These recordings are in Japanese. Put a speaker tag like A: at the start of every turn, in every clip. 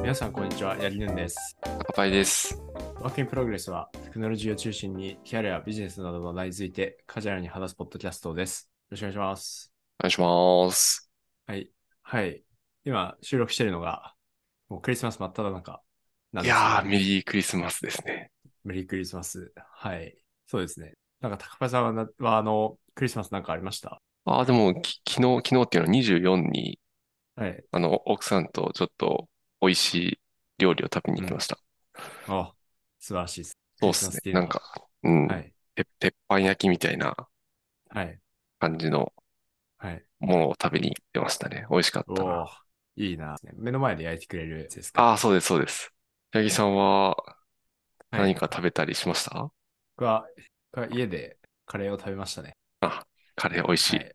A: 皆さん、こんにちは。やりぬんです。
B: 赤パイです。
A: ワークインプログレスは、テクノロジーを中心に、キャリア、ビジネスなどの話題について、カジュアルに話すポッドキャストです。よろしくお願いします。
B: お願いします。
A: はい。はい。今、収録しているのが、もうクリスマス真っ只中なん
B: い
A: ですけど
B: やー、メリークリスマスですね。
A: メリークリスマス。はい。そうですね。なんか、高橋さんはなは、あの、クリスマスなんかありました
B: あー、でも、き昨日、昨日っていうのは24に、
A: はい。
B: あの、奥さんとちょっと美味しい料理を食べに行きました。
A: あ、素晴らしいです。
B: そうですね。なんか、う
A: ク
B: ん、
A: リスマスっていうのは。はい。
B: て鉄板焼きみたいな
A: はい。
B: 感じの
A: はい。
B: ものを食べに行ってましたね。美味しかっ
A: お
B: たな。
A: おいいな。目の前で焼いてくれるやつですか
B: ああ、そうです、そうです。八木さんは
A: はい
B: 何か食べたりしました
A: 僕は、僕は家でカレーを食べましたね。
B: あ、カレー美味しい。、
A: はい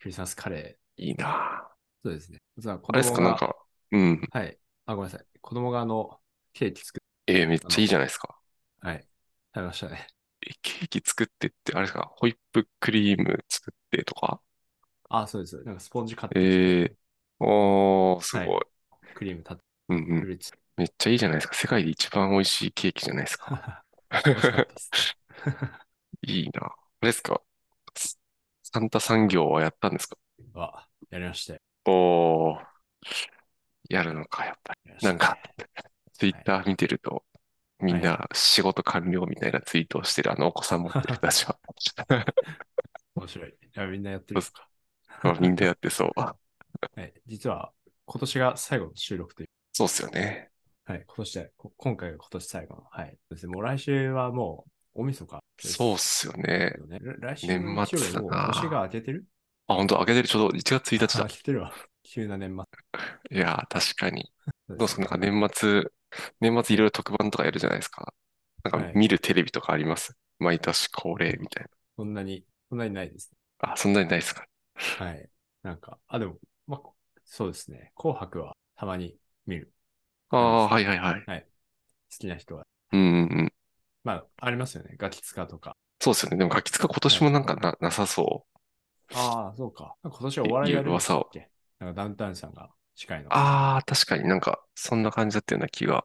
A: クリスマスカレ
B: いなあ。
A: ー。そうですね。実は子
B: あれですか、
A: 供
B: なん
A: が
B: か、うん。
A: はい。あ、ごめんなさい。子供があの、ケーキ作
B: えーめっちゃいいじゃないですか。
A: っ、はい。食べましたね。
B: えケーキ作ってって、あれですか、ホイップクリーム作ってとか
A: あ、そうです。なんかスポンジ買ってきて、
B: ええおー、すごい。
A: クリームたっ
B: うんう
A: ぷ
B: ん。
A: り つ、
B: めっちゃいいじゃないですか。世界で一番美味しいケーキじゃないですか。
A: 美味しかったです。
B: いいな。あれですか、ササンタ産業はやったんですか
A: は、やりましたよ。
B: おー、やるのか、やっぱ
A: や
B: り。
A: りましたね
B: なんか、ツイッター見てると、みんな仕事完了みたいなツイートをしてる、あのお子さん持ってる人たち は。
A: 面白い。いやみんなやってるんですか。
B: まあみんなやってそう。
A: はい。実は、今年が最後の収録という。
B: そうっすよね。
A: はい。今年で、こ今回が今年最後の。はい。そうですね。もう来週はもう、大晦日です
B: そうっすよね。
A: よね。来週の
B: 年末
A: 日曜日はもう
B: だな
A: 年が明けてる
B: あ、本当開けてる。ちょうど1月1日
A: あ
B: だ
A: 明。けてるわ。急な年末。
B: いやー、確かに。
A: そう
B: どうですかなんか年末、年末いろいろ特番とかやるじゃないですか。なん
A: は
B: か
A: い
B: 見るテレビとかあります。毎年恒例みたい
A: そんなに、そんなにないです、
B: な。あ、そんなにないですか。
A: ね。はい。なんか、あ、でも、まあ、こそうですね。紅白はたまに見る。
B: ああ、
A: あ
B: はいはいはい。
A: 好きな人は。
B: うんうんうん。
A: まあ、ありますよね。ガキツカとか。
B: そうですよね。でもガキ使今年もなんかな、なさそう。
A: ああ、そうか。なんか今年はお笑いやるんでしたっけなんかダウンタウンさんが近いの。
B: ああ、確かになんか、そんな感じだったような気が。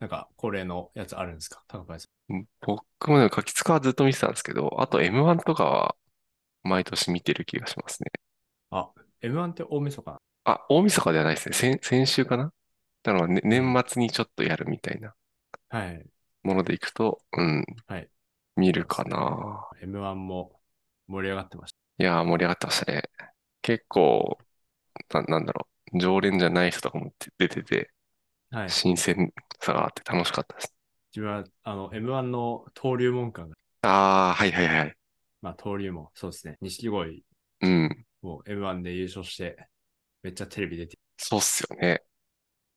A: なんか恒例のやつあるんですか高林さ
B: 僕もね、ガキ使はずっと見てたんですけど、あと M1 とかは毎年見てる気がしますね。
A: ん。M1 って大晦日な
B: あ、大晦日ではないですね。先、先週かなだから、ね、年末にちょっとやるみたいな
A: はい。
B: ものでいくと、うん、
A: はい
B: 見るかな。
A: M1 も盛り上がってまし
B: いやー、盛り上がってましたね。結構、な、なんだろう、常連じゃない人とかも出てて、
A: た。はい。
B: 新鮮さがあって楽しかったです。
A: 自分は、あの、M1 の登竜門感が、
B: ああ、はいはいはい。
A: まあ、登竜門、そうですね。錦鯉
B: うん、
A: も M1 で優勝して、めっちゃテレビ出て、
B: そうっすよね。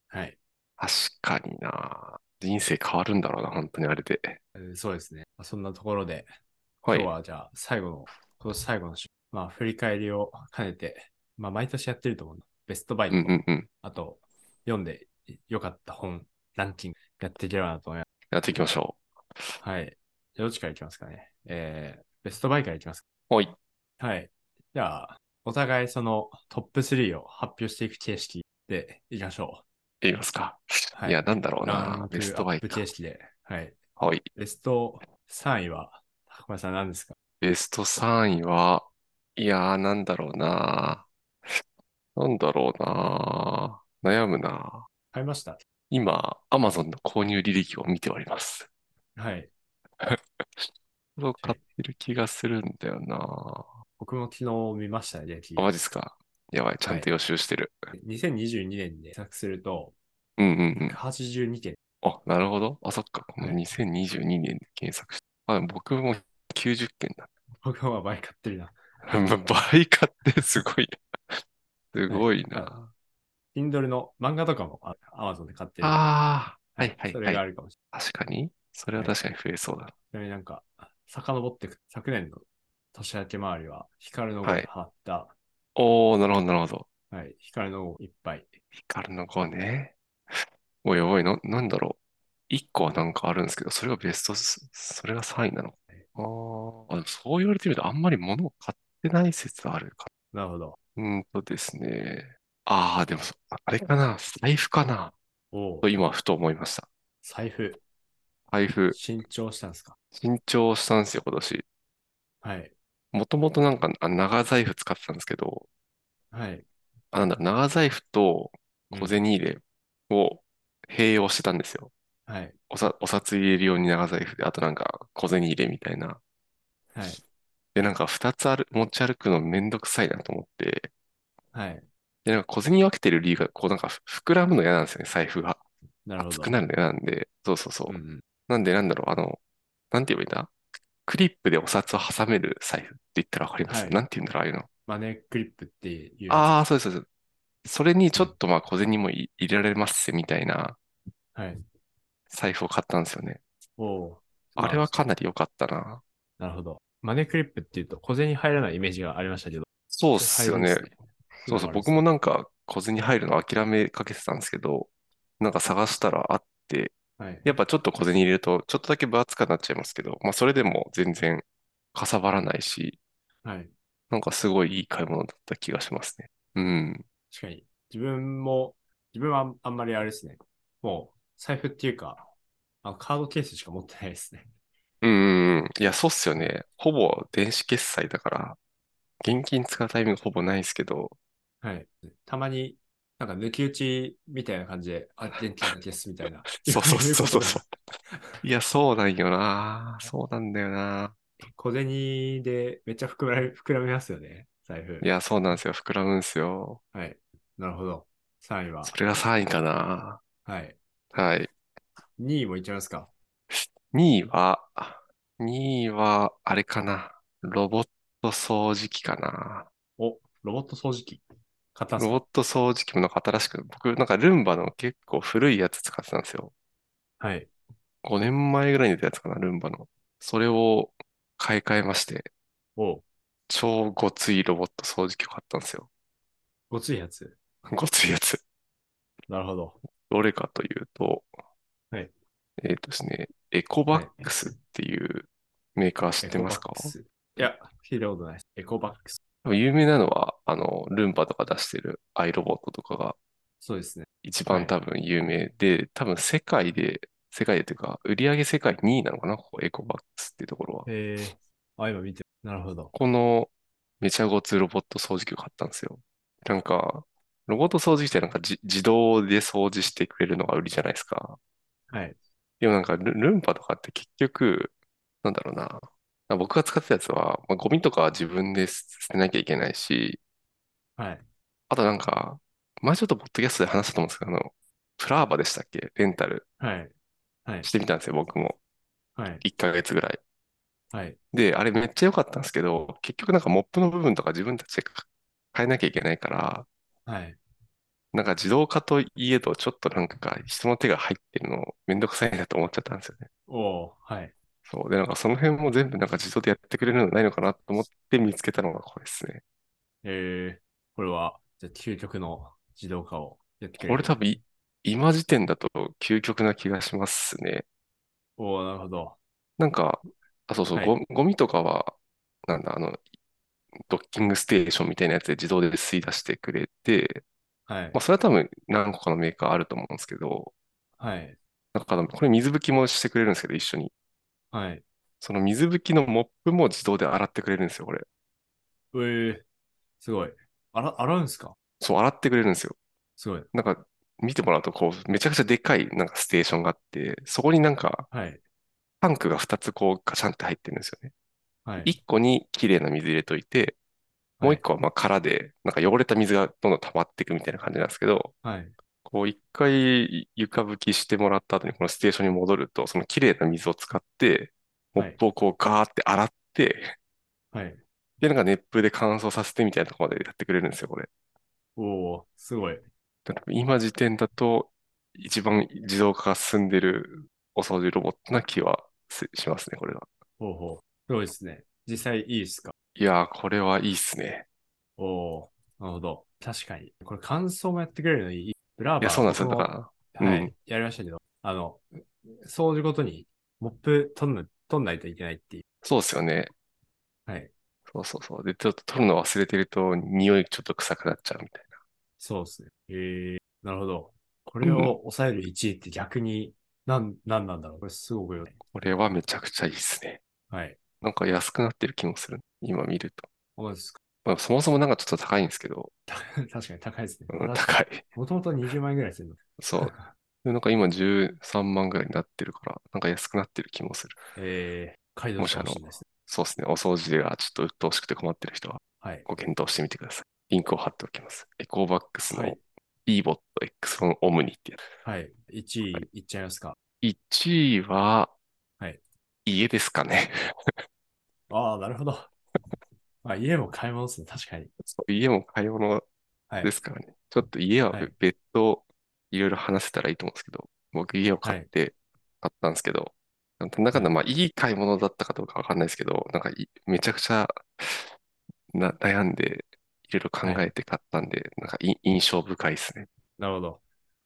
A: はい。
B: 確かにな。人生変わるんだろうな、本当にあれで。
A: えーそうですね。まあそんなところで、
B: は
A: 今
B: い。
A: 日はじゃあ最後の、今年最後の週、まあ振り返りを兼ねて、まあ毎年やってると思うな。ベストバイ
B: う
A: と、
B: んうんうん。
A: あと読んでよかった本、ランキングやっていければなと思いま
B: やっていきましょ
A: す。はい。じゃあどっちからいきますかね。えー、ベストバイからいきます
B: う。はい。
A: か。はい。じゃあ、お互いそのトップ3を発表していく形式でいきましょ
B: いきますか。
A: う。はい
B: や、なんだろう
A: ラ
B: な。
A: ンク
B: ベスト
A: ア
B: バ
A: ッ
B: イ
A: プ
B: か。
A: 形式で。はい。
B: はい。
A: ベスト3位は、高村さん何ですか
B: ベスト3位は、いやー、なんだろうな。なんだろうな。悩むな。
A: 買いました
B: 今、Amazon の購入履歴を見ております。
A: はい。
B: これを買ってる気がするんだよな。
A: 僕も昨日見ましたね、レキ
B: あ、マジっすか。やばい、ちゃんと予習してる。
A: 2022年で作すると、
B: うんうんうん。
A: 82件。
B: あ、なるほど。あ、そっか。この
A: はい
B: 2022年で検索して。あ、でも僕も90件だ。
A: 僕は倍買ってるな。
B: 倍買ってすごいな。すごいな。
A: Kindle の漫画とかもあ Amazon で買ってる。
B: ああ、はいはい
A: それが
B: は
A: あ
B: い。
A: るかもし
B: 確かに。それは確かに増えそうだな。
A: れない。ちなみになんか、遡ってく、昨年の年明け周りは、光の碁
B: は
A: に
B: い
A: 貼った、
B: おー、なるほどなるほど。
A: はい、光の碁いっぱい。
B: 光の子ね。おいおい、な、なんだろう。一個はなんかあるんですけど、それがベストス、それが3位なのかね。あーあ、でもそう言われてみると、あんまり物を買ってない説あるか
A: なるほど。
B: な。うーんとですね。ああ、でもそ、あれかな。財布かな。
A: おう
B: と今、ふと思いました。
A: 財布、
B: 財布、
A: 新調したんですか
B: 新調したんですよ、今年。
A: はい。
B: もともとなんか、あ長財布使ってたんですけど、
A: はい。
B: あ、なんだろう、長財布と
A: うん
B: 小銭入れを併用してたんですよ。
A: はい。
B: おさ、お札入れるように長財布で、あとなんか小銭入れみたいな。
A: はい。
B: で、なんか二つある、持ち歩くのめんどくさいなと思って。
A: はい。
B: で、なんか小銭分けてる理由が、こうなんかふ膨らむの嫌なんですよね、財布が。
A: なるほど。
B: 熱くなるの嫌なんで。そうそうそうう。
A: んうん。
B: なんでなんだろう、あの、なんて言えばいいんだクリップでお札を挟める財布って言ったらわかります
A: はい
B: なんて言うんだろう、ああいうの。
A: マネークリップっていうやつ。
B: ああ、そうです、そうです。それにちょっとまあ小銭もい入れられますみたいな
A: はい。
B: 財布を買ったんですよね。
A: おう
B: あれはかなり良かったな。
A: なるほど。マネークリップっていうと小銭入らないイメージがありましたけど。
B: そうっすよね。そうそう、僕
A: も。
B: もなんか小銭入るの諦めかけてたんですけど、なんか探したらあって、
A: はい。
B: やっぱちょっと小銭入れるとちょっとだけ分厚くなっちゃいますけど、まあそれでも全然かさばらないし、
A: はい。
B: なんかすごいいい買い物だった気がしますね。うん。
A: 確かに。自分も、自分はあんあんまりあれですね。もう、財布っていうか、あカードケースしか持ってないですね。
B: うんうんうん。いや、そうっすよね。ほぼ電子決済だから、現金使うタイミングほぼないですけど、。
A: はい。たまに、なんか抜き打ちみたいな感じで、あ、現金だけですみたいな
B: そうそうそうそう
A: い
B: そう
A: こ
B: いや、そうなんよな。そうなんだよな。
A: とが。小銭でめっちゃ膨らみ膨らみますよね、財布
B: い。や、そうなんですよ。膨らむんですよ。
A: はい。なるほど。3位は。
B: それが3位かな。
A: はい。
B: はい。
A: 2位もいっちゃいますか。
B: 2位は、2位は、あれかな。ロボット掃除機かな。
A: お、ロボット掃除機。買ったんす
B: ロ
A: か
B: ボット掃除機もなんか新しく、僕なんかルンバの結構古いやつ使ってたんですよ。
A: はい。
B: 5年前ぐらいに出たやつかな、ルンバの。それを買い替えまして、
A: お、
B: 超ごついロボット掃除機を買ったんですよ。
A: ごついやつ。
B: ごついやつ。
A: なるほど。
B: どれかというと、
A: はい
B: えっとですね、エコバックスっていうメーカー知ってますか
A: エコバックスいや、聞いたことないです。エコバックス。
B: 多分有名なのは、あの、ルンバとか出してるアイロボットとかが
A: そうですね。
B: 一番
A: はい
B: 多分有名で、多分世界で、世界でというか、売上世界2位なのかな、ここエコバックスっていうところは。
A: えー、あ、今見て。なるほど。
B: このめちゃごつロボット掃除機を買ったんですよ。なんか、ロボット掃除機ってなんかじ自動で掃除してくれるのが売りじゃないですか。
A: はい。
B: でもなんかル、ルンバとかって結局、なんだろうな。僕が使ってたやつは、まあ、ゴミとかは自分で捨てなきゃいけないし、
A: はい。
B: あとなんか、前ちょっとポッドキャストで話したと思うんですけど、あの、プラーバでしたっけレンタル
A: はい。はい
B: し。てみたんですよ、僕も。
A: はい。
B: 1ヶ月ぐらい。
A: はい。
B: で、あれめっちゃ良かったんですけど、結局なんかモップの部分とか自分たちで変えなきゃいけないから、
A: はい。
B: なんか自動化といえど、ちょっとなんか人の手が入ってるのめんどくさいなと思っちゃったんですよね。
A: おーはい。
B: そう。で、なんかその辺も全部なんか自動でやってくれるのないのかなと思って見つけたのがこれですね。
A: えー、これは、じゃあ究極の自動化をやってくれ
B: これ
A: る。
B: 多分い今時点だと究極な気がしますね。
A: おーなるほど。
B: なんか、あ、そうそう、
A: はい
B: ゴ、ゴミとかは、なんだ、あの、ドッキングステーションみたいなやつで自動で吸い出してくれて、
A: はい
B: まあ、。それは多分何個かのメーカーあると思うんですけど、
A: はい。
B: なんか、これ水拭きもしてくれるんですけど、一緒に。
A: はい。
B: その水拭きのモップも自動で洗ってくれるんですよ、これ。
A: えー、すごい。あら、洗うんすか
B: そう、洗ってくれるんですよ。
A: すごい。
B: なんか、見てもらうと、こう、めちゃくちゃでかい、なんかステーションがあって、そこになんか、
A: はい。
B: タンクが2つこう、ガチャンって入ってるんですよね。
A: はい。
B: 1個に綺麗な水入れといて、もう
A: はい
B: 1個はまあ空で、なんか汚れた水がどんどん溜まっていくみたいな感じなんですけど、
A: はい。
B: こう一回床拭きしてもらった後にこのステーションに戻ると、その綺麗な水を使って、モップをこうガーって洗って、
A: はい。
B: で、なんか熱風で乾燥させてみたいなところまでやってくれるんですよ、これ。
A: おーすごい。
B: だから今時点だと、一番自動化が進んでるお掃除ロボットな気はすしますね、これは。
A: ほうほう。すごいですね。実際いいですか
B: いやー、これはいいっすね。
A: おおーなるほど。確かに。これ感想もやってくれるのいい。ブラーバー
B: いや、そうなんですよ。
A: 僕
B: だ
A: も
B: から、ら
A: は
B: う
A: い。やりましたけど、あの、掃除ごとにモップ取んな取んないといけないっていう。
B: そうですよね。
A: はい。
B: そうそうそう。で、ちょっと取るの忘れてると、匂いちょっと臭くなっちゃうみたいな。
A: そうですね。えー、なるほど。これを抑える1位って逆に何、なんなんだろうこれすごくよね。
B: これはめちゃくちゃいいですね。
A: はい。
B: なんか安くなってる気もする。今見ると。
A: 思うんですか
B: まあ、そもそもなんかちょっと高いんですけど、
A: 確かに高いですね。
B: うん、高 い。
A: もともと20万円ぐらいするの。
B: そう。でなんか今13万ぐらいになってるから、なんか安くなってる気もする。
A: えー、買い取るかもしれないですね。
B: そうですね。お掃除がちょっと鬱陶しくて困ってる人は
A: はい。
B: ご検討してみてください。リンクを貼っておきます。エコーバックス
A: は
B: の
A: い
B: EBOT X のオムニってやつ。
A: はい。1位いっちゃいますか。
B: 1位は
A: はい、
B: 家ですかね。
A: ああ、なるほど。まあ、家も買い物ですね。確かに。
B: そう家も買い物
A: はい
B: ですからね。ちょっと家は
A: はい
B: 別途いろいろ話せたらいいと思うんですけど、僕家を買って、買ったんですけど、なんだかんだまあいい買い物だったかどうかわかんないですけど、なんかいめちゃくちゃな悩んで、いろいろ考えて買ったんで、なんかい印象深いですね。
A: なるほど。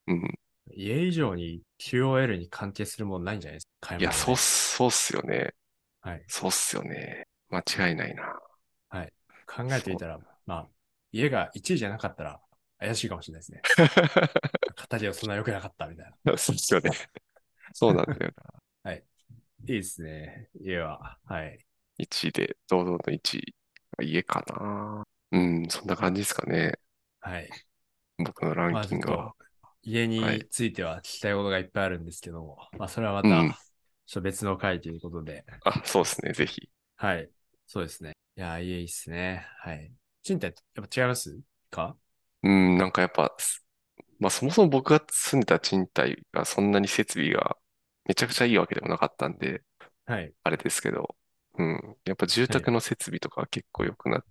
B: うん。
A: 家以上に QOL に関係するものないんじゃないですか。買い物、
B: いや、そうっ。す、そうっすよね。
A: はい。
B: そうっすよね。間違いないな。
A: 考えてみたら、まあ、家が1位じゃなかったら怪しいかもしれないですね。 形がそんな良くなかったみたいな。
B: そうっすよね。そうなんだよな。
A: いいですね。家は。はい。
B: 1位で、堂々の1位が家かな。うん、そんな感じですかね。
A: はい。
B: 僕のランキング
A: まあちょ
B: は。
A: 家に
B: はい
A: ついては聞きたいことがいっぱいあるんですけども、まあ、それはま
B: うん
A: た、ちょっと別の回ということで、
B: あ、そうですね。ぜひ。
A: はい。そうですね。いや、家いいっすね。はい。賃貸、やっぱ違いますか
B: うん、なんかやっぱ、すまあそもそも僕が住んでた賃貸がそんなに設備がめちゃくちゃいいわけでもなかったんで、
A: はい。
B: あれですけど、うん、やっぱ住宅の設備とかは結構良くなっ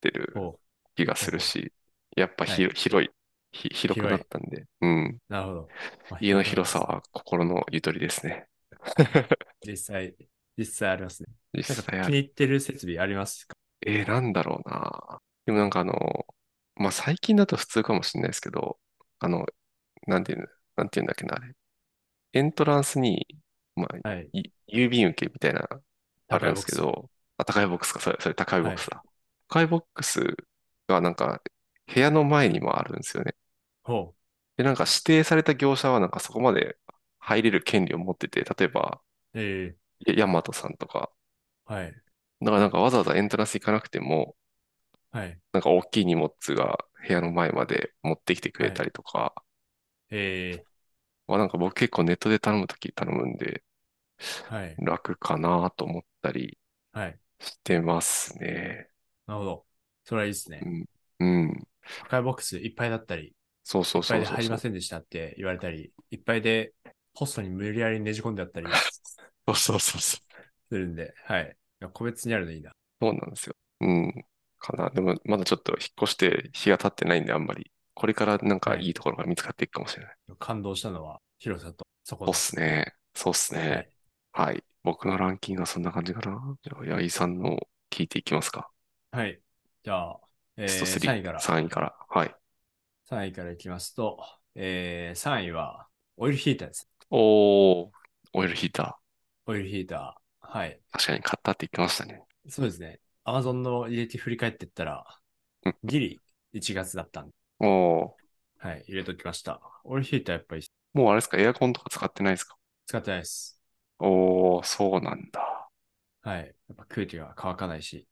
B: てる
A: お
B: 気がするし、やっぱひ
A: は
B: 広い、ひ広くなったんで、うん、
A: なるほど。まあ
B: 家の広さ。は心のゆとりですね。
A: 実際、実際ありますね。
B: 実
A: なん
B: 際
A: か
B: あ
A: 気に入ってる設備ありますか
B: えー、なんだろうな。でもなんかあの、まあ、最近だと普通かもしれないですけど、あの、なんていう、なんていうんだっけな、あれ。エントランスに、まあ、
A: はい。
B: い郵便受けみたいな、あるんですけ
A: 高いボック
B: ど、あ、高いボックスか、それ、それ高いボックスだ。高いボックスがなんか、部屋の前にもあるんですよね。
A: ス。ほ
B: で、なんか指定された業者はなんかそこまで入れる権利を持ってて、例えば、
A: う。え
B: やヤマトさんとか、
A: えはい。
B: だからなんかわざわざエントランス行かなくても、
A: はい。
B: なんか大きい荷物が部屋の前まで持ってきてくれたりとか、
A: え
B: まあなんか僕結構ネットで頼むとき頼むんで
A: えはい。
B: 楽かなと思ったり
A: はい。
B: してますね。
A: なるほど。それはいいですね。
B: うん。
A: 高いボックスいっぱいだったり、
B: そうそう
A: いっぱ
B: そ
A: いうで
B: そう
A: 入り
B: そう。
A: ませんでしたって言われたり、いっぱいでポストに無理やりねじ込んであったり
B: そうそうそうそう。
A: するんで、はい。いや個別にあるのいいな。
B: そうなんですよ。うん。かな。でもまだちょっと引っ越して日が経ってないんであんまり。これからなんか
A: はい
B: いいところが見つかっていくかもしれない。
A: 感動したのは広さと、そこ
B: そう
A: の
B: っ。すね。そうっす
A: は
B: ね。
A: い、
B: はい。僕のランキングはそんな感じかな。じゃあ、八木さんの聞いていきますか。
A: はい。じゃあ、えー、
B: ベスト
A: 3位から、
B: 3、3位から。はい。
A: 3位からいきますと、えー、3位はオイルヒーターです。
B: おー、オイルヒータ
A: オイルヒーター。はい。
B: ー。確かに買ったって言ってましたね。
A: そうですね。アマゾンの履歴振り返ってったら
B: うん、
A: ギリ1月だったんで、
B: おー、
A: はい、入れときました。オイルヒーターやっぱり
B: もうあれですか、エアコンとか使ってないですか
A: 使ってないです。
B: おー、そうなんだ。
A: はい。やっぱ空気が乾かないし、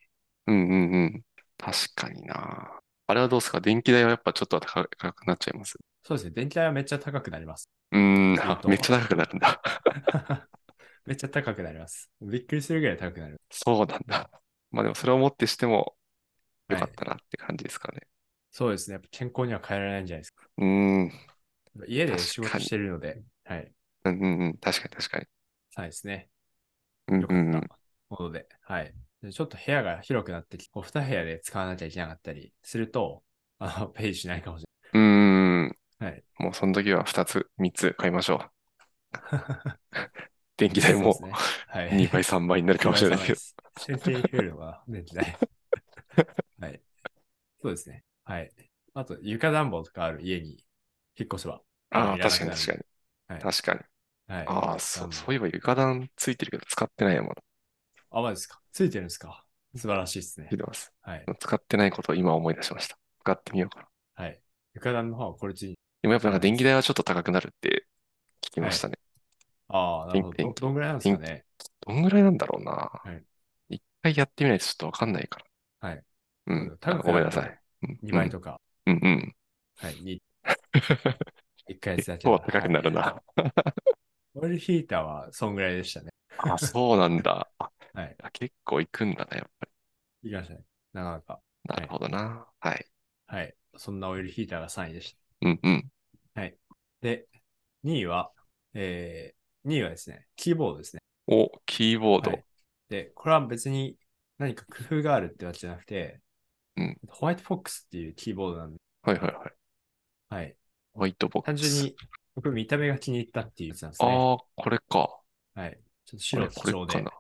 B: うんうんうん。確かにな。あれはどうですか電気代はやっぱちょっと高高くなっちゃいます。
A: そうですね。電気代はめっちゃ高くなります。
B: うーん、
A: あと
B: めっちゃ高くなるんだ。
A: めっちゃ高くなります。びっくりするぐらい高くなる。
B: そうなんだ。まあでもそれをもってしてもよか
A: は
B: っ
A: い
B: たなって感じですかね。
A: そうですね。やっぱ健康には変えられないんじゃないですか。
B: うーん、
A: 家で
B: 確
A: 仕
B: か
A: 事
B: に
A: してるので、はい。
B: うんうんうん。確かに確かに。
A: そうですね。
B: うん
A: 良か
B: う
A: っ
B: んう
A: た
B: ん。
A: もので、はい。でちょっと部屋が広くなってきて、こう2部屋で使わなきゃいけなかったりすると、あの、ペイしないかもし
B: うーん。
A: はい
B: もうその時は2つ、3つ買いましょう。
A: れない。
B: 電気代
A: そう
B: も
A: ですね。はい。
B: 2倍、3倍になるかもしれないけど。
A: 先手に増えるのが電気代。はい。そうですね。はい。あと、床暖房とかある家に引っ越せば。
B: ああ、
A: いらな
B: 確
A: く
B: かに
A: なる
B: 確かに。
A: はい
B: 確かに。
A: はい。
B: ああ、そう、
A: 暖房
B: そういえば床暖ついてるけど使ってないやもん。
A: あ、まですか。ついてるんですか。素晴らしいですね
B: 聞い。てます。
A: はい。
B: 使ってないことを今思い出しました。使ってみようかな。
A: はい。床暖の方はこれち
B: でもやっぱなんか電気代はちょっと高くなるって聞きましたね。
A: ああ、なるほど。
B: ピン
A: どどんぐらいなんですかね。
B: どんぐらいなんだろうな
A: はい。
B: 一回やってみないとちょっとわかんないから。
A: はい。
B: うん。
A: 高く
B: ご
A: な
B: めん
A: る
B: な
A: と
B: さい。うん
A: 2倍とか。
B: うんうん。
A: はい。 に一回やつだけ
B: 今日は高くなる
A: はい
B: な。
A: オイルヒーターはそんぐらいでしたね。
B: あ、そうなんだ。あ
A: はい。
B: 結構行くんだな、やっぱり。
A: いきましたね。なかなか。
B: なるほどな。はい。
A: はい。そんなオイルヒーターが3位でした。
B: うんうん。
A: で、2位は、えー、2位はですね、キーボードですね。
B: お、キーボード。
A: はいで、これは別に何か工夫があるってわけじゃなくて、
B: うん
A: ホワイトフォックスっていうキーボードなんで、
B: はいはいはい。
A: はい。
B: ホワイトボッ
A: 単
B: ク
A: 純
B: ス。
A: に僕見た目が気に入ったっていうやつなんですね。
B: ああ、これか。
A: はい。ちょっと
B: こ
A: 白基
B: れこれ
A: 調
B: か
A: で
B: な。。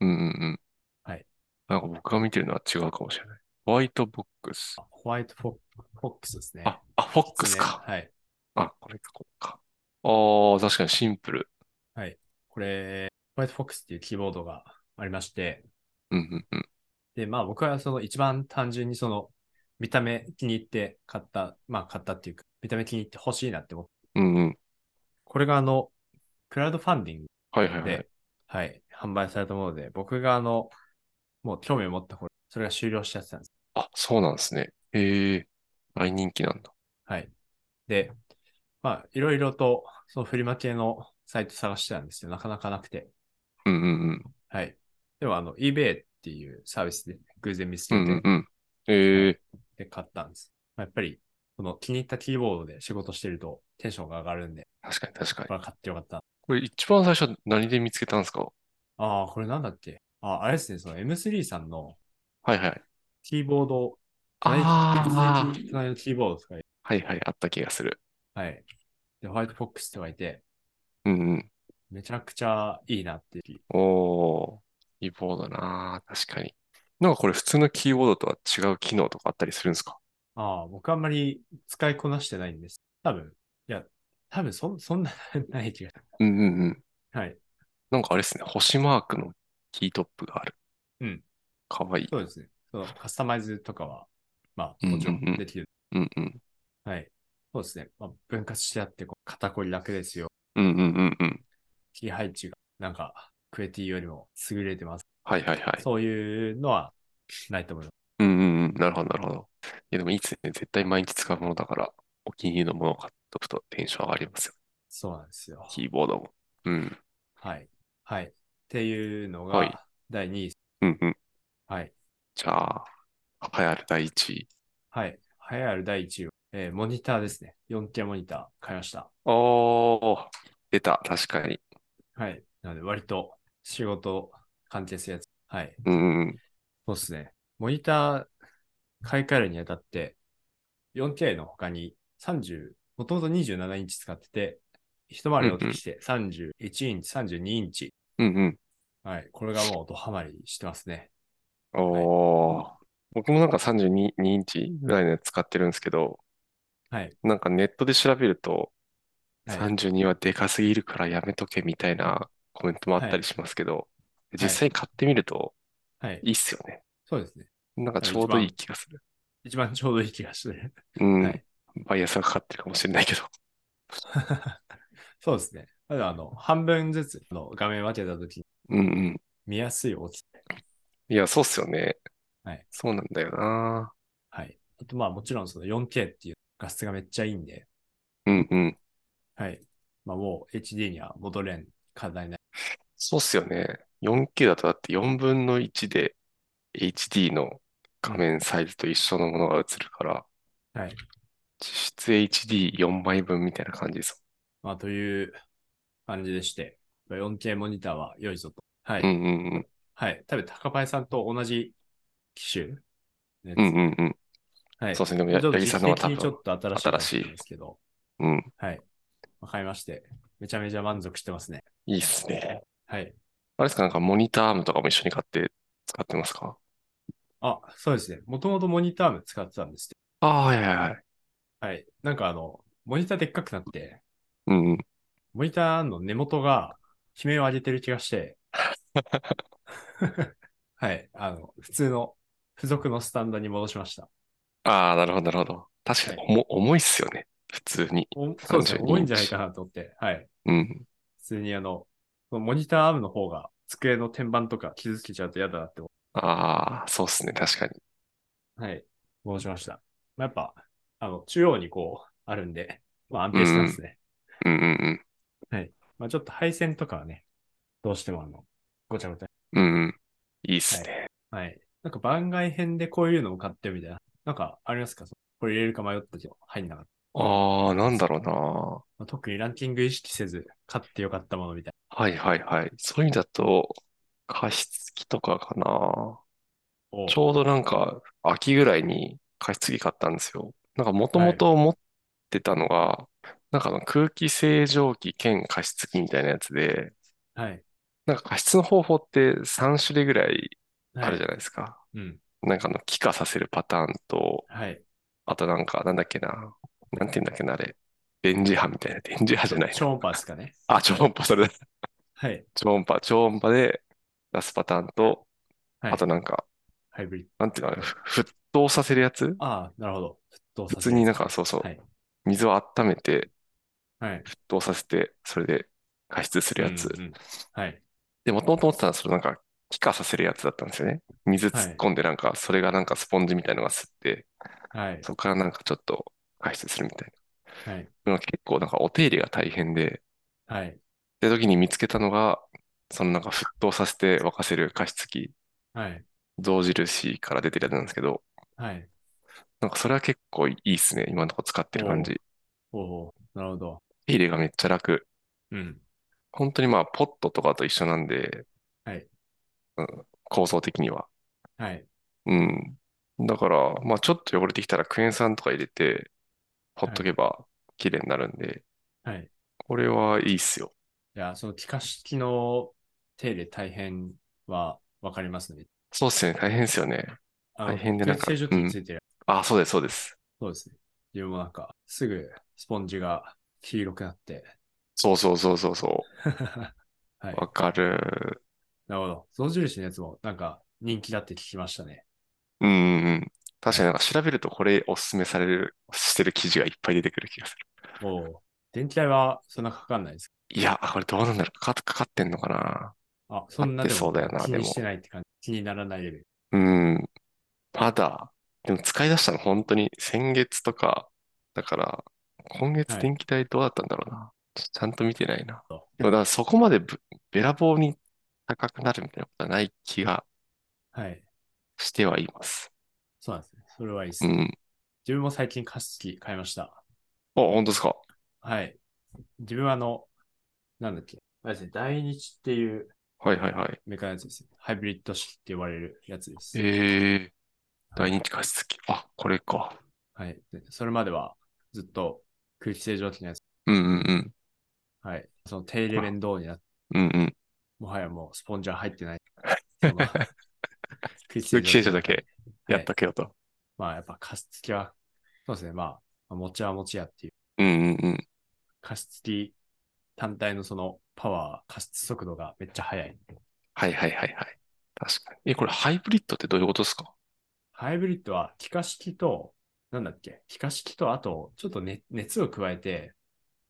B: うんうんうん。
A: はい。
B: なんか僕が見てるのは違うかもしれない。ホワイトボックス。
A: ホワイトフォフォックスですね。
B: あ、あ、フォック
A: です
B: ス
A: ね
B: か。
A: はい。
B: あ、これか、これか。ああ、確かにシンプル。
A: これ、ホワイトフォックスっていうキーボードがありまして、
B: うんうんうん。
A: で、まあ僕はその一番単純にその見た目気に入って買った、まあ買ったっていうか、見た目気に入って欲しいなって思って、
B: うんうん。
A: これがあの、クラウドファンディング
B: はいはいはい
A: で。、はい、販売されたもので、僕があの、もう興味を持った頃、それが終了しちゃってたんです。
B: あ、そうなんですね。へえ、大人気なんだ。
A: はい。で、まあいろいろとそのフリマ系のサイト探してたんですよ。なかなかなくて。
B: うんうんうん。
A: はい。でもあの、eBay っていうサービスで偶然見つけ
B: う
A: て、
B: んうんうん。へえ、
A: で買ったんです。まあ、やっぱり、この気に入ったキーボードで仕事してるとテンションが上がるんで、
B: 確かに確かに
A: こ。れは買ってよかった。
B: これ一番最初何で見つけたんですか
A: ああ、これなんだっけああ、あれですね、その M3 さんの
B: はいはい。
A: キーボード、
B: ああ、
A: ーのキーボードとか、
B: はいはい、あった気がする。
A: はい。で、ホワイトフォックスとかいて、
B: うんうん。
A: めちゃくちゃいいなっていう。
B: おー、キーボードなー、確かに。なんかこれ普通のキーボードとは違う機能とかあったりするんですか
A: ああ、僕あんまり使いこなしてないんです。多分、いや、多分そんそんなない気が。
B: うんうんうん。
A: はい。
B: なんかあれですね、星マークのキートップがある。
A: うん。
B: かわいい。
A: そうですね。そのカスタマイズとかは、まあ、もちろ
B: うん
A: ん
B: うんうん
A: できる。
B: うんうん。
A: はい。そうですね。まあ、分割してあって、こう肩こり楽ですよ。
B: うんうんうんうん。
A: キー配置が、なんか、クエティよりも優れてます。
B: はいはいはい。
A: そういうのはないと思います。
B: うんうんうん。なるほどなるほど。いやでもいいですね。絶対毎日使うものだから、お気に入りのものを買っとくとテンション上がりますよ。
A: そうなんですよ。
B: キーボードも。うん。
A: はい。はい。っていうの
B: はい
A: が、第2位。
B: うんうん。
A: はい。
B: じゃあ、流行る第一位。
A: はい。栄えある第1位は、えーモニターですね。4K モニター買いました。
B: おー、出た。確かに。
A: はい。なので、割と仕事関係するやつ。はい。
B: うんうんうん。
A: そうですね。モニター買い替えるにあたって、4K の他に30、もともと27インチ使ってて、一回り大きくして31インチ、32インチ。
B: うんうん。
A: はい。これがもうドハマりしてますね。
B: おー、僕もなんか32インチぐらいのやつ使ってるんですけど、
A: はい
B: なんかネットで調べると、
A: はい
B: 32はでかすぎるからやめとけみたいなコメントもあったりしますけど、実際買ってみると
A: はい。
B: いいっすよね。
A: そうですね。
B: なんかちょうどいい気がする。
A: 一番ちょうどいい気がする。
B: うん。
A: はい
B: バイアスがかかってるかもしれないけど。
A: そうですね。ただ、あの、半分ずつの画面分けたときに
B: うんうん。
A: 見やすい大きさ。
B: いや、そうっすよね
A: はい。
B: そうなんだよな。
A: はい。あと、まあもちろんその 4K っていう画質がめっちゃいいんで、
B: うんうん。
A: はい。まあもう HD には戻れん課題ない。
B: そうっすよね。4K だとだって4分の1で HD の画面サイズと一緒のものが映るから、
A: はい。
B: 実質 HD4 枚分みたいな感じです
A: まあという感じでして、まあ 4K モニターは良いぞと。はい。
B: もん。うんうん
A: はい。多分、高林さんと同じ機種のやつ
B: うん。うんうん
A: は
B: うん。
A: い。
B: そうですね。でも
A: ちょ
B: や、
A: っと
B: 八木さんのは
A: 時期的に
B: 多
A: ちょ
B: 分、
A: っと新しいかもしれないですけど、
B: うん、
A: はい。わかりまして、めちゃめちゃ満足してますね。
B: いいっすね。
A: はい。
B: あれですか、なんかモニターアームとかも一緒に買って使ってますか
A: あ、そうですね。もともとモニターも使ってたんですけ
B: ああ、はいはいはい。
A: ど、はい。なんかあの、モニターでっかくなって、
B: うんうん。
A: モニターの根元が悲鳴を上げてる気がして、 はい。あの、普通の付属のスタンドに戻しました。
B: ああ、なるほど、なるほど。確かに重、重いっすよね。普通に。
A: おそうですね、
B: 32
A: 重いんじゃないかなと思って、はい。
B: うん。
A: 普通にあの、そのモニターアームの方が机の天板とか傷つけちゃうと嫌だなって思
B: ああ、そうっすね、確かに。
A: う。はい。戻しました。まあ、やっぱ、あの、中央にこう、あるんで、まあ安定したんですね。
B: うんうん
A: まあちょっと配線とかはね、どうしてもあの、ごちゃごちゃ。
B: うん。うんうん。いいっすね。
A: はい。なんか番外編でこういうのを買ってみたいな。なんかありますかそのこれ入れるか迷ったけど、入んなかった。
B: ああ、なんだろうな。
A: まあ、特にランキング意識せず、買ってよかったものみたい
B: はいはいはい。そういう意味だと、加湿器とかかな。
A: な。
B: ちょうどなんか、秋ぐらいに加湿器買ったんですよ。なんかもともと持ってたのが、なんかあの空気清浄機兼加湿器みたいなやつで、
A: おはい。
B: なんか加湿の方法って3種類ぐらいあるじゃ
A: ゃ
B: ないですか。
A: うん。
B: なんかあの、気化させるパターンと、
A: はい。
B: あとなんか、なんだっけな。なんて言うんだっけな、あれ。電磁波みたいな。電磁波じゃないな。
A: 超音波ですかね。
B: あ、超音波、それだ。
A: はい。
B: 超音波、超音波で出すパターンと、
A: はい
B: あとなんか、
A: ハイブリッド。
B: なんていうの、あれふ沸騰させるやつ
A: ああ、なるほど。沸騰
B: 普
A: させ
B: 通
A: る
B: になんか、そうそう
A: は、い。
B: 水を温めて、
A: はい。
B: 沸騰させて、それで加湿するやつ
A: う。んうんはい。
B: で、もともと思ってたのは、そのなんか、気化させるやつだったんですよね。水突っ込んで、なんか、それがなんかスポンジみたいのが吸って、
A: はい。
B: そこからなんかちょっと加湿するみたい
A: はい。
B: な。なんか結構なんかお手入れが大変で、
A: はい。
B: って時に見つけたのが、そのなんか沸騰させて沸かせる加湿器、
A: はい。
B: 象印から出てるやつなんですけど、
A: はい。
B: なんかそれは結構いいっすね。今のとこ使ってる感じ。
A: おおなるほど。
B: 手入れがめっちゃ楽。
A: うん。
B: 本当にまあ、ポットとかと一緒なんで、
A: はい
B: うん構造的には。
A: はい。
B: うん。だから、まあちょっと汚れてきたらクエン酸とか入れて、ほっとけば綺麗になるんで、
A: はい。
B: これはいいっすよ。
A: いや、その気化式の手入れ大変はわかりますね。
B: そうっすよね。大変っすよね。
A: あ
B: 大変でなんか
A: 空気清浄機についてる、
B: あ、そうです、そうです。
A: そうですね。自分もなんか、すぐスポンジが黄色くなって。
B: そうそうそうそうそ
A: はい。
B: う。わかる。
A: なるほど。象印のやつもなんか人気だって聞きましたね。
B: うんうんうん。確かになんか調べるとこれおすすめされる、してる記事がいっぱい出てくる気がす
A: もう、電気代はそんなかかんないです。
B: る。いや、これどうなんだろう。かか、かかってんのかな。
A: あ、そんなで
B: かか
A: も
B: ってそうだよな
A: 気
B: で
A: に
B: も
A: してないって感じ。気にならないレベル。
B: うん。まだ、でも使い出したの本当に先月とか、だから、今月
A: はい
B: 電気代どうだったんだろうな。ちょちゃんと見てないな。でもだからそこまでぶべらぼうに高くなるみたいなことはない気が
A: はい。
B: してはいます。
A: そうなんですね。それはいいです
B: う
A: ね。
B: ん。
A: 自分も最近加湿器買いました。
B: あ、本当ですか。
A: はい。自分はあの、なんだっけ。あれですね、大日っていう
B: はいはいはい。
A: メカのやつですね。ハイブリッド式って呼ばれるやつです。
B: ええ大日加湿器。あ、これか。
A: はい。でそれまではずっと空気清浄機のやつ。
B: うんうんうん。
A: はい。その手入れ面倒になって、
B: うんうん。
A: もはやもうスポンジは入って ない。その空気
B: 空気清浄だけ
A: はい
B: やっとけよと。
A: まあやっぱ加湿器は、そうですね。まあ、持ちは持ちやっていう。
B: うんうんうん。
A: 加湿器単体のそのパワー、加湿速度がめっちゃ速い。
B: はいはいはいはい。確かに。え、これハイブリッドってどういうことですか
A: ハイブリッドは気化式と、なんだっけ気化式と、あと、ちょっと、ね、熱を加えて、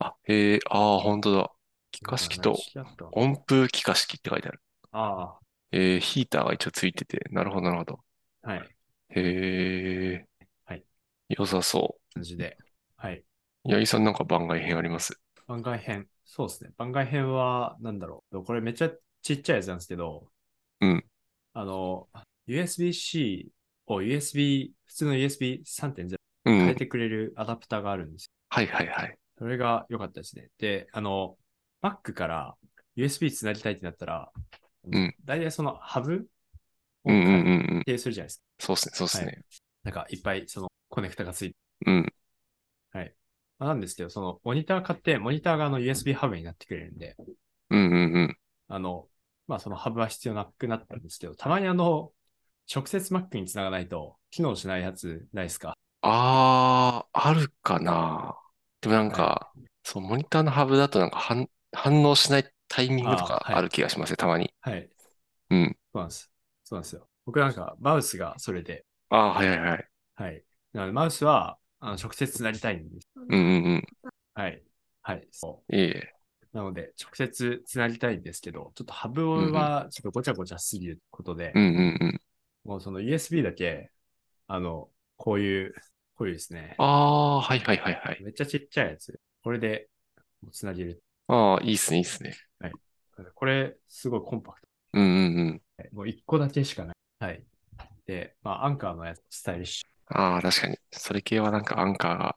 B: あ、へえ、ああ、本当だ。気化式と
A: 何式だったの
B: 温風気化式って書いてある。
A: あ
B: えー、ヒーターが一応ついてて。なるほどなるほど。
A: あ、はい。
B: へえ。
A: はい。
B: 良さそ
A: 感じで。はい。
B: う。八木さんなんか番外編あります
A: 番外編。そうですね。番外編は、なんだろう。これめっちゃちっちゃいやつなんですけど、
B: うん。
A: あの、USB-C を USB、普通の USB3.0
B: う
A: 変え
B: ん。
A: てくれるアダプターがあるんです。
B: はいはいはい。
A: それが良かったですね。で、あの、Mac から USB つなぎたいってなったら、
B: ん
A: 大体そのハブを
B: うんうんうん
A: 規
B: うん。
A: 定するじゃないですか。
B: そうっすね、そうっす
A: はい
B: ね。
A: なんかいっぱいそのコネクタがついて。
B: うん。
A: まあなんですけど、そのモニター買って、モニターがあの USB ハブになってくれるんで、
B: うんうんうん。
A: あの、まあそのハブは必要なくなったんですけど、たまにあの、直接 Mac につながないと機能しないやつないですか
B: ああ、あるかな。でもなんか、そう、モニターのハブだとなんか反、反応しないタイミングとか
A: あーはい
B: ある気がしますね、たまに。
A: はい。
B: うん。
A: そうなんです。そうなんですよ。僕なんかマウスがそれで、
B: ああ、はいはいはい。
A: はい。なのでマウスはあの直接つなぎたいんです。
B: うんうんうん。
A: はい。はい。そ
B: いえいえ。
A: う。なので、直接つなぎたいんですけど、ちょっとハブはちょっとごちゃごちゃしすぎることで
B: う、んうんうん。
A: もうその USB だけ、あの、こういう、こういうですね。
B: ああー、はいはいはいはい。
A: めっちゃちっちゃいやつ。これでつなげる。
B: ああ、いいっすね、いいっすね。
A: これ、すごいコンパクト
B: うんうんうん。
A: で。もう1個だけしかない。はい。で、まあ、アンカーのやつ、スタイリッシ
B: ああ、確かに。それ系はなんかアンカーが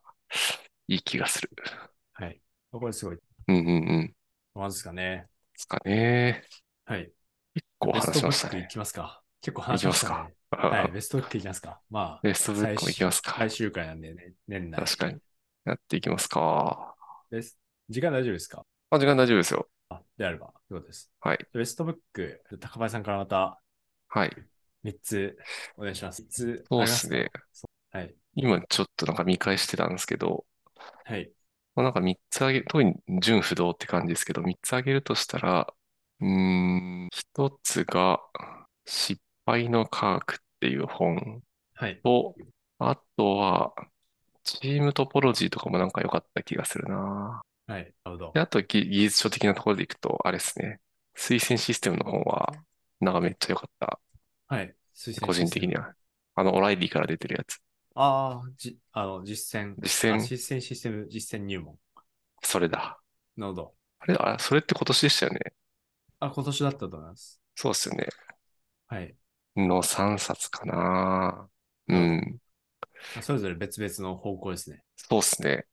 B: いい気がする。
A: ュ。はい。これすごい。
B: うんうんうん。で
A: まずですかね。
B: すかね。
A: はい。
B: 結構
A: ベス
B: 話し
A: トブ
B: まし
A: ッ
B: た
A: クい
B: ね。
A: きますか。結構話しました、ね。はい。ベストブックいきますか。まあ、
B: ベストブックもいきますか。
A: 最終回なんでね、年内。
B: 確かに。やっていきますか。
A: ベス時間大丈夫ですか
B: あ、時間大丈夫ですよ。
A: あ、であれば、ということです。
B: はい。
A: ベストブック、高林さんからまた
B: はい。
A: 3つお願いします。3つあ
B: そ
A: り
B: う
A: ま
B: ですす
A: かは
B: ね。
A: い。
B: 今ちょっとなんか見返してたんですけど、
A: はい。
B: まあ、なんか3つあげる、特に純不動って感じですけど、3つあげるとしたら、うーん、1つが、失敗の科学っていう本
A: はい。
B: と、あとは、チームトポロジーとかもなんか良かった気がする
A: は
B: な。
A: い。なるほど
B: で、。あと技、技術書的なところでいくと、あれですね。推薦システムの本は、なんかめっちゃ良かった。
A: はい。推薦
B: 個人的に
A: は。
B: は。あの、オライリーから出てるやつ。
A: ああ、じ、あの、実践。
B: 実
A: あ
B: 践、
A: 実践システム、実践入門。
B: それだ。
A: なるほど。
B: あれ、あれ、それって今年でしたよね。
A: あ、今年だったと思います。
B: そうっすよね。
A: はい。
B: の3冊かな。うん。
A: まあそれぞれ別々の方向ですね。
B: そうっすね。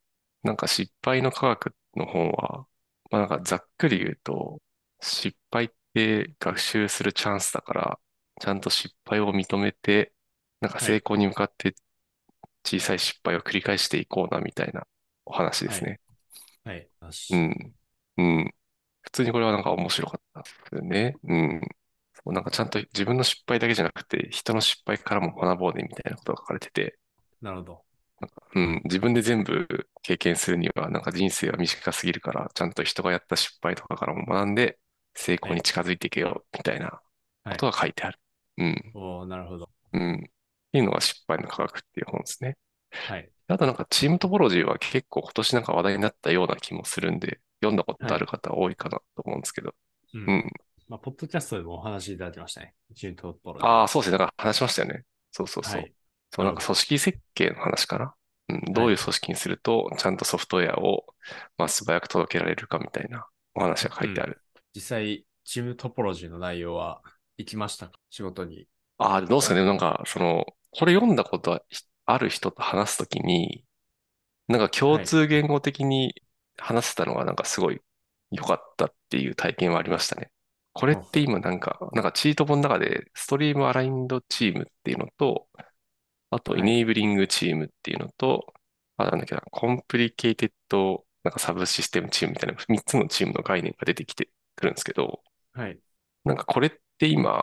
B: なんか失敗の科学の本は、まあなんかざっくり言うと、失敗って学習するチャンスだから、ちゃんと失敗を認めて、なんか
A: はい
B: 成功に向かって小さい失敗を繰り返していこうなみたいなお話ですね。
A: はい。よし
B: うん。うん。普通にこれはなんか面白かったですよね。うん。そうなんかちゃんと自分の失敗だけじゃなくて、人の失敗からも学ぼうねみたいなことが書かれてて、
A: なるほど。
B: うん、自分で全部経験するには、なんか人生は短すぎるから、ちゃんと人がやった失敗とかからも学んで、成功に近づいていけよ、みたいなことが書いてある。うん、
A: おーなるほど。
B: うん。っていうのが失敗の科学っていう本ですね。
A: はい。
B: あとなんかチームトポロジーは結構今年なんか話題になったような気もするんで、読んだことある方多いかなと思うんですけど。
A: うん。
B: うん。
A: まあ、ポッドキャストでもお話しいただきましたね。中東ポロで。
B: ああ、そうですね。なんか話しましたよね。そうそうそう
A: は。い。
B: そう、なんか組織設計の話かな。うん、どういう組織にすると、ちゃんとソフトウェアを、まあ、素早く届けられるかみたいなお話が書いてある。
A: 実際、チームトポロジーの内容は行きましたか仕事に。
B: ああ、どうですかね。なんか、その、これ読んだことある人と話すときに、なんか共通言語的に話せたのが、なんかすごい良かったっていう体験はありましたね。これって今なんか、なんかチート本の中で、ストリームアラインドチームっていうのと、あと、
A: はい
B: イネイブリングチームっていうのと、あ、なんだっけな、コンプリケイテッド、なんかサブシステムチームみたいな3つのチームの概念が出てきてくるんですけど、
A: はい。
B: なんかこれって今、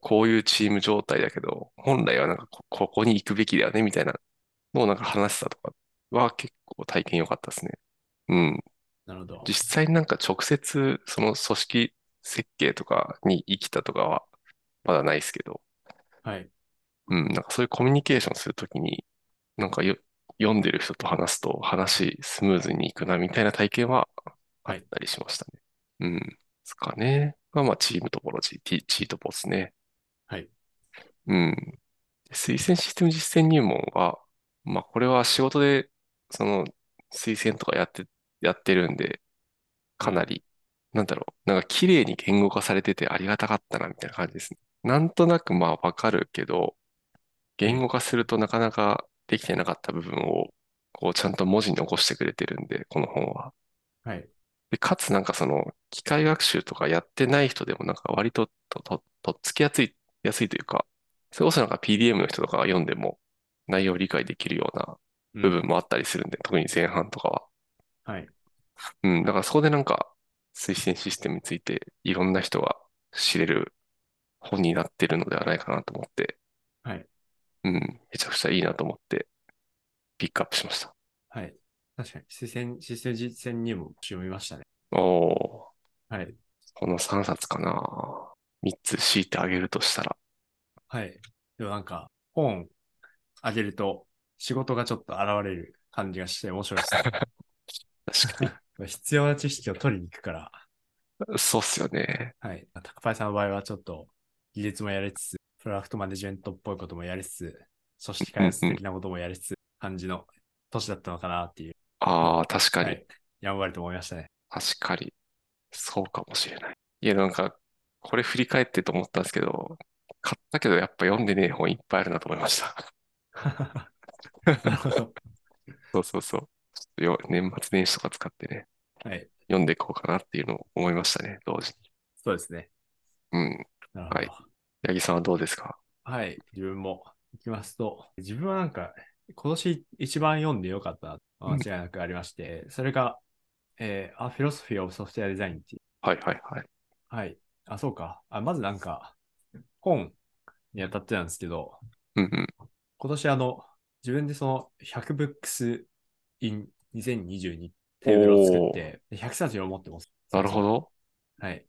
B: こういうチーム状態だけど、本来はなんかこ、ここに行くべきだよねみたいなのをなんか話したとかは結構体験良かったですね。うん。
A: なるほど。
B: 実際になんか直接その組織設計とかに生きたとかはまだないですけど、
A: はい。
B: うん、なんかそういうコミュニケーションするときに、なんかよ、読んでる人と話すと話スムーズにいくなみたいな体験はあったりしましたね。うん。ですかね。が、まあ、チームトポロジー、チチートポですね。
A: はい。
B: うん。で推薦システム実践入門は、まあ、これは仕事で、その、推薦とかやって、やってるんで、かなり、なんだろう、なんか綺麗に言語化されててありがたかったな、みたいな感じですね。なんとなくまあわかるけど、言語化するとなかなかできてなかった部分を、こうちゃんと文字に起こしてくれてるんで、この本は。
A: はい。
B: で、かつなんかその、機械学習とかやってない人でもなんか割とと、と、とっつきやすい、やすいというか、それこそなんか PDM の人とかが読んでも内容を理解できるような
A: うん
B: 部分もあったりするんで、特に前半とかは。
A: はい。
B: うん、だからそこでなんか推薦システムについていろんな人が知れる本になってるのではないかなと思って、
A: はい。
B: うん、めちゃくちゃいいなと思ってピックアップしました。
A: はい。確かに、推薦、推薦実践入門、読みましたね。
B: おー、
A: はい。
B: この3冊かな。3つ強いてあげるとしたら。
A: はい。でもなんか、本あげると、仕事がちょっと現れる感じがして面白いです ね。
B: 確か
A: 必要な知識を取りに行くから、
B: に。そうっすよね。
A: はい。高パイさんの場合はちょっと技術もやりつつ、プロダクトマネジメントっぽいこともやりつつ、組織開発的なこともやりつつ、感じの年だったのかなっていう、
B: ああ、確か
A: は
B: に。
A: いやんわりと思いました ね。
B: 確かに。そうかもしれない。いや、なんか、これ振り返ってと思ったんですけど、買ったけどやっぱ読んでねえ本いっぱいあるなと思いました。
A: なるほど。
B: そうそうそう。ちょっとよ年末年始とか使ってね、
A: はい。
B: 読んでいこうかなっていうのを思いましたね、同時
A: そうですね。
B: に。うん。
A: なるほど。
B: はい八木さんはどうですか
A: はい、自分も行きますと、自分はなんか、今年一番読んでよかったのは間違いなくありまして、それが、えー、A Philosophy of Software Design ってい
B: はいはいはい。
A: う。はい。あ、そうか。あまずなんか、本に当たってなんですけど、
B: うんうん。
A: 今年あの、自分でその 100books in 2022テーブルを作って、で100冊を持ってます。
B: なるほ。ど。
A: はい。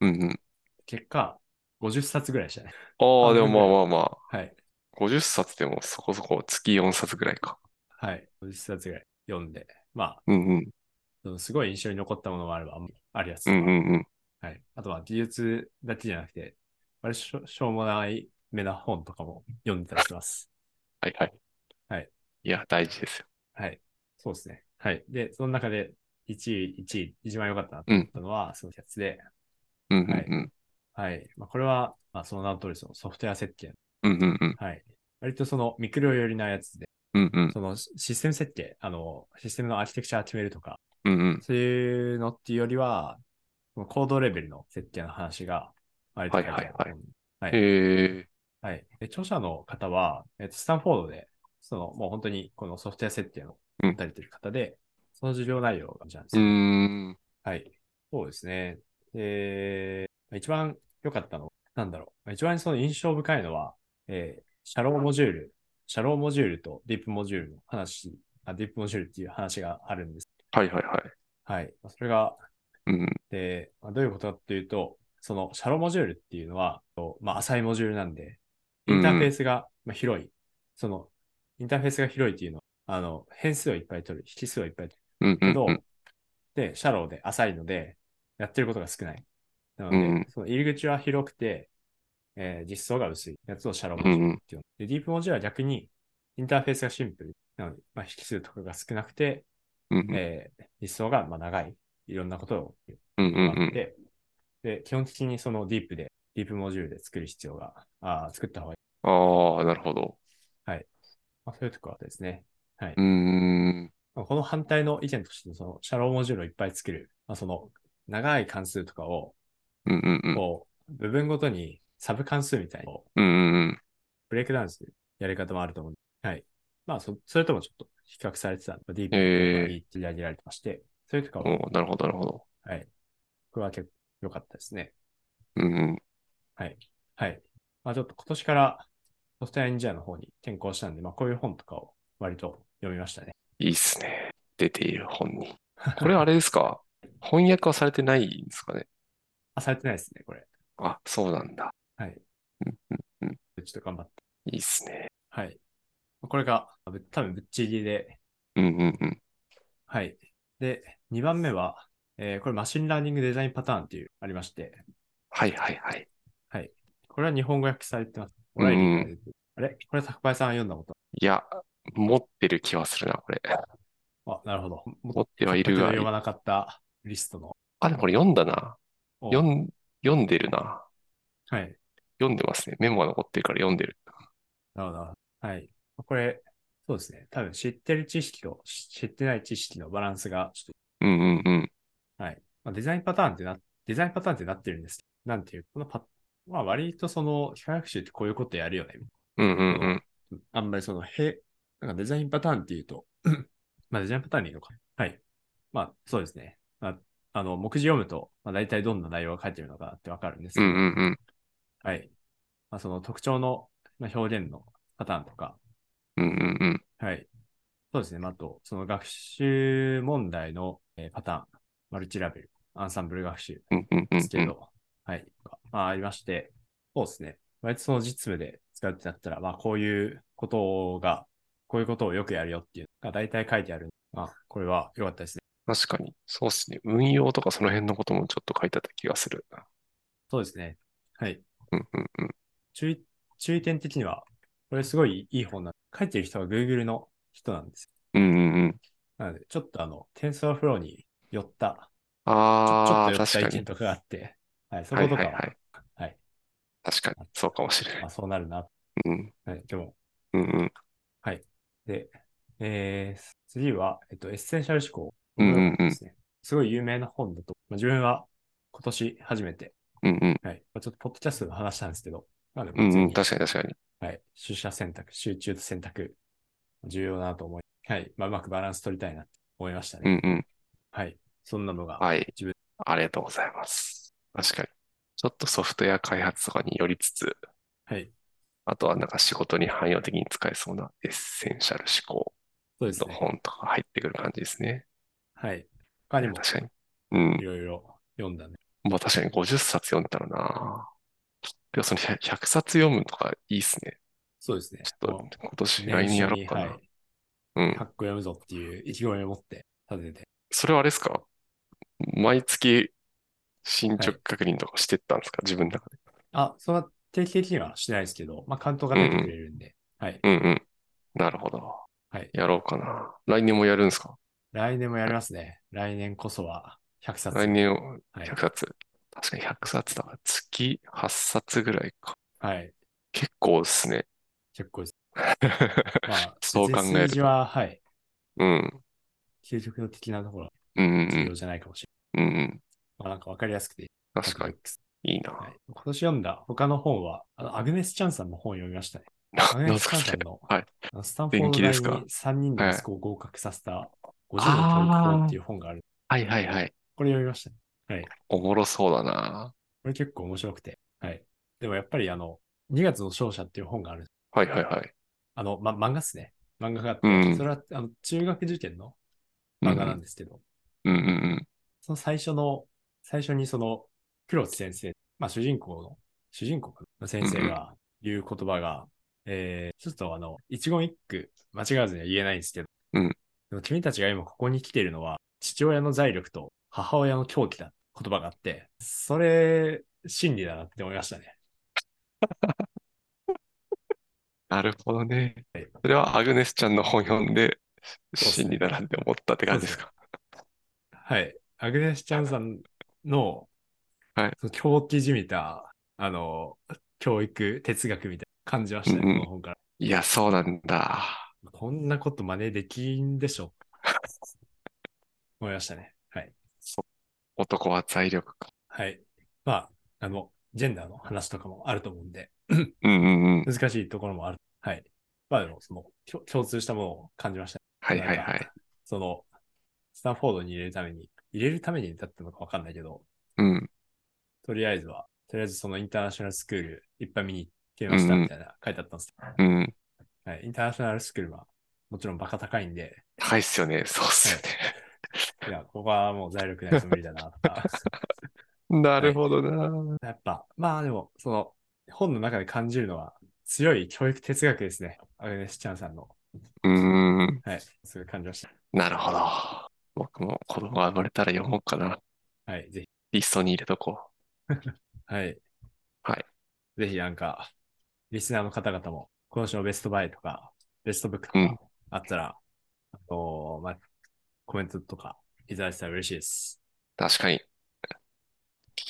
B: うんうん。
A: 結果、50冊ぐらいでしたね。
B: ああ、でも
A: 半分ぐらい
B: まあまあまあ、
A: はい。
B: 50冊でもそこそこ月4冊ぐらいか。
A: はい。50冊ぐらい読んで、まあ、
B: うんうん。
A: そのすごい印象に残ったものもあれば、あんあるやつ
B: う
A: とか
B: んうんうん。
A: はい。あとは技術だけじゃなくて、割としょしょうもない目な本とかも読んでたりします。
B: はいはい。
A: はい。
B: いや、大事ですよ。
A: はい。そうですね。はい。で、その中で1位、1位、一番良かったなと思ったのは、そのやつで、
B: うんうん
A: はい
B: うん。
A: はい。まあ、これは、まあ、その名の通り、そのソフトウェア設計。
B: うんうんうん。
A: はい。割とそのミクロ寄りなやつで、
B: うんうん。
A: そのシシステム設計、あの、システムのアーキテクチャを決めるとか、
B: うんうん。
A: そういうのっていうよりは、そのコードレベルの設計の話が割と書いてある
B: はいはい
A: はい
B: ええ。
A: はい。で著者の方は、えっと、スタンフォードで、その、もう本当にこのソフトウェア設定の
B: うん
A: 打たれてる方で、その授業内容がじゃあ
B: うーん。
A: はい。そうですね。で、一番良かったの、なんだろう。一番その印象深いのは、えーシャローモジュール、シャローモジュールとディープモジュールの話、あディープモジュールっていう話があるんです。
B: はいはいは
A: は
B: い。
A: い。それが、
B: うんうん。
A: で、まあ、どういうことかっていうと、そのシャローモジュールっていうのは、とまあ、浅いモジュールなんで、インターフェースがまあ広い、その、インターフェースが広いっていうのは、あの、変数をいっぱい取る、引数をいっぱい取る
B: うんうん
A: けど、
B: うん。
A: で、シャローで浅いので、やってることが少ない。なので、
B: うん
A: その入り口は広くて、えー実装が薄いやつをシャローモジュールっていうの。で、ディープモジュールは逆に、インターフェースがシンプル。なので、まあ、引数とかが少なくて、
B: うんうん
A: えー実装がまあ長い。いろんなことを
B: うんうんう
A: あっ
B: ん。
A: て、で、基本的にそのディープで、ディープモジュールで作る必要が、あー作った方がいい。
B: ああ、なるほど。
A: まあ、そういうところですね。はい。
B: うーん。
A: まあこの反対の意見として、その、シャローモジュールをいっぱい作る。まあ、その、長い関数とかを、
B: うんうんうん。
A: こう、部分ごとにサブ関数みたいに、こう
B: うんうん
A: ブレイクダウンするやり方もあると思うんで。はい。まあ、そ、それともちょっと比較されてた、ディープ
B: えー
A: に取り上げられてまして、そういうとこ
B: うん。
A: ろ、
B: おーなるほど、なるほど。
A: はい。これは結構良かったですね。
B: うんうん。
A: はい。まあちょっと今年からソフトウェアエンジニアの方に転校したんで、まあこういう本とかを割と読みましたね。
B: いいっすね。出ている本に。 これあれですか翻訳はされてないんですかね
A: あ、されてないですね、これ。
B: あ、そうなんだ。
A: はい。
B: うんうんうん。
A: ちょっと頑張って。
B: いいっすね。
A: はい。これがぶ多分ぶっちぎりで、
B: うんうんうん。
A: はい。で、2番目は、えーこれマシンラーニングデザインパターンっていうありまして、
B: はいはいはい。
A: これは日本語訳されてます。オ
B: うん
A: ライリーから出てるあれこれ高林さんが読んだこと
B: いや、持ってる気はするな、これ。
A: あ、なるほど。も
B: 持ってはいる
A: だ
B: が
A: けど読まなかったリストの。
B: あ、でもこれ読んだな。
A: お
B: 読ん、読んでるな。
A: はい。
B: 読んでますね。メモが残ってるから読んでる。
A: なるほど。はい。これ、そうですね。多分知ってる知識とし知ってない知識のバランスが、ちょっ
B: うんうんうん。
A: と、はい。まあ、デザインパターンってな、デザインパターンってなってるんです。なんていう、このパまあ割とその、機械学習ってこういうことやるよね。
B: うんうんうん。
A: あんまりその、へ、なんかデザインパターンっていうと、 まあデザインパターンでいいのか。はい。まあそうですね。まあ、あの、目次読むと、まあ大体どんな内容が書いてるのかなってわかるんですけ
B: う
A: ど、
B: んうんうん。
A: はい。まあその特徴のまあ表現のパターンとか、
B: うんうんうん。
A: はい。そうですね。まああと、その学習問題の、えーパターン、マルチラベル、アンサンブル学習
B: うんうんうんう
A: で
B: ん
A: すけど、はい。まあ、ありまして、そうですね。割とその実務で使うってなったら、まあ、こういうことがこういうことをよくやるよっていうのが大体書いてある。あ、これは良かったですね。
B: 確かに。そうですね。運用とかその辺のこともちょっと書いてあった気がする。
A: そうですね。はい。
B: うんうんうん。
A: 注意、注意点的には、これすごいいい本なん書いてる人は Google の人なんです。
B: うんうんうん。
A: なので、ちょっとあの、TensorFlow に寄った、ちょちょっと
B: ああ、
A: 寄っ
B: 確
A: た
B: か
A: 意
B: に
A: 見。とかがあって、はい、そ
B: は
A: こ
B: い
A: と
B: は
A: か
B: い
A: は、
B: はい。
A: はい
B: 確かに。そうかもしれない。
A: まあ、そうなるな。
B: うん。
A: はい、でも、
B: うんうん。
A: で、えー、次は、えっと、エッセンシャル思考。
B: うんうんうん
A: ですね。すごい有名な本だと、まあ、自分は今年初めて、
B: うんうん。
A: はい、まあ、ちょっとポッドキャストで話したんですけど、なので、
B: うん
A: 普通
B: うん。
A: に
B: 確かに確かに。
A: はい、取捨選択、集中と選択、重要だなと思い、はい、まあ、うまくバランス取りたいなって思いました
B: う
A: ね。
B: んうん。
A: はい、そんなのが、
B: はい
A: 自分。
B: ありがとうございます。確かに。ちょっとソフトウェア開発とかによりつつ、
A: はい、
B: あとはなんか仕事に汎用的に使えそうなエッセンシャル思考
A: そうです
B: の
A: ね。
B: 本とか入ってくる感じですね。
A: はい。他にも
B: 確かに。うん
A: い。ろいろ読んだね。
B: まあ確かに50冊読んでたらな。でもその100 100冊読むとかいいっすね。
A: そうですね。
B: ちょっ
A: もう
B: と今年来
A: 年
B: 年
A: 始
B: やろう
A: に
B: か
A: はい
B: な。うん。
A: かっこ読むぞっていう意気込みを持って立てて、
B: それはあれですか毎月進捗確認とかしてったんですか自分の中で。
A: あ、そんな定期的にはしないですけど、まあ、関東が出てくれるんで、はい。
B: うんうん。なるほど。
A: はい
B: やろうかな。来年もやるんですか
A: 来年もやりますね。来年こそは100冊。
B: 来年を
A: はい。
B: 100冊。確かに100冊だから月8冊ぐらいか。
A: はい。
B: 結構ですね。、
A: 結構です。まあ
B: そう考えると
A: 別に数字は、はい。
B: うん。
A: 究極の的なところは
B: うんう
A: 重
B: ん
A: 要じゃないかもしれ
B: うん。うんうん。
A: ない。まあ、なんかわかりやすくていい。
B: 確かに。いいな。
A: はい。今年読んだ他の本は、あの、アグネス・チャンさんの本を読みましたね。
B: な、
A: アグ
B: な
A: ネ
B: ん
A: ス・
B: す
A: チ
B: か
A: ャン
B: そ
A: さん
B: れ。
A: の、
B: はい
A: あのスタンフォ
B: 電気
A: ー
B: です
A: ド
B: か
A: 大に3人の息子を合格させた50の教育法っていう本がある。
B: はいはいはい。
A: これ読みましたね。
B: おもろそうだな。
A: これ結構面白くて。はい。でもやっぱりあの、2月の勝者っていう本がある。
B: はいはいはい。
A: あの、ま、漫画っすね。漫画があって、
B: うん
A: それはあの中学受験の漫画なんですけど、
B: うんうんうん。
A: その最初の、最初にその、黒津先生、まあ主人公の、主人公かな先生が言う言葉が、えー、ちょっとあの、一言一句間違わずには言えないんですけど、
B: うん
A: でも君たちが今ここに来ているのは、父親の財力と母親の狂気だ言葉があって、それ、真理だなって思いましたね。
B: なるほどね
A: はい。
B: それはアグネスちゃんの本読んで、
A: そうっすね
B: 真理だなって思ったって感じですか。
A: はい。アグネス・チャンさんの、
B: はい
A: その狂気じみた、あの、教育、哲学みたいな感じましたね、
B: うんうん
A: この本から。
B: いや、そうなんだ。
A: こんなこと真似できんでしょ。 思いましたね。はい。
B: 男は財力か。
A: はい。まあ、あの、ジェンダーの話とかもあると思うんで、
B: うんうんうん。
A: 難しいところもある。はい。まあでも、その、きょ共通したものを感じましたね。
B: はいはい
A: なん
B: は
A: か
B: い。
A: その、スタンフォードに入れるために、入れるためにだったのかわかんないけど、
B: うん。
A: とりあえずは、とりあえずそのインターナショナルスクールいっぱい見に行ってました
B: うんうん
A: みたいな書いてあったんです、
B: うん。
A: はい。インターナショナルスクールはもちろんバカ高いんで、
B: 高いっすよね。そうっすよ
A: いや、ここはもう財力ないと無理だなとか。
B: ね。なるほどな。
A: やっぱ、まあでも、その本の中で感じるのは強い教育哲学ですね。アグネス・チャンさんの。
B: うん。
A: はい。すごい感じました。
B: なるほど。僕も子供が生まれたら読もうかな。
A: はい。ぜひ。
B: リストに入れとこ
A: はい。
B: はい。
A: ぜひなんか、リスナーの方々も、今週のベストバイとか、ベストブックとか
B: うん
A: あったら、あと、まあ、コメントとかいただけたら嬉しいです。
B: う。確かに。聞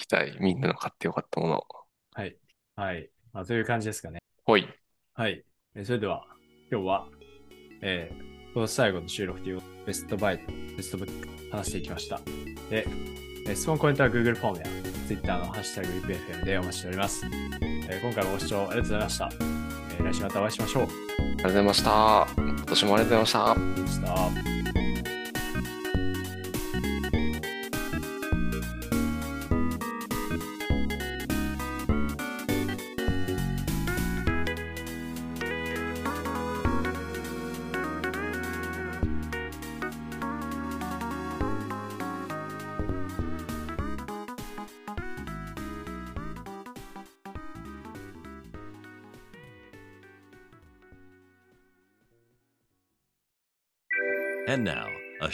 B: きたい。みんなの買ってよかったもの。
A: はい。はい。まあ、という感じですかね。
B: ほい。
A: はい。えそれでは、今日は、えー、この最後の収録というベストバイとベストブック話していきました。で、えー質問コメントは Google フォームや Twitter のハッシュタグ UPFM でお待ちしております。えー今回もご視聴ありがとうございました。えー来週またお会いしましょう。
B: ありがとうございました。今年もありがとうございました。
A: でした。
C: And now, a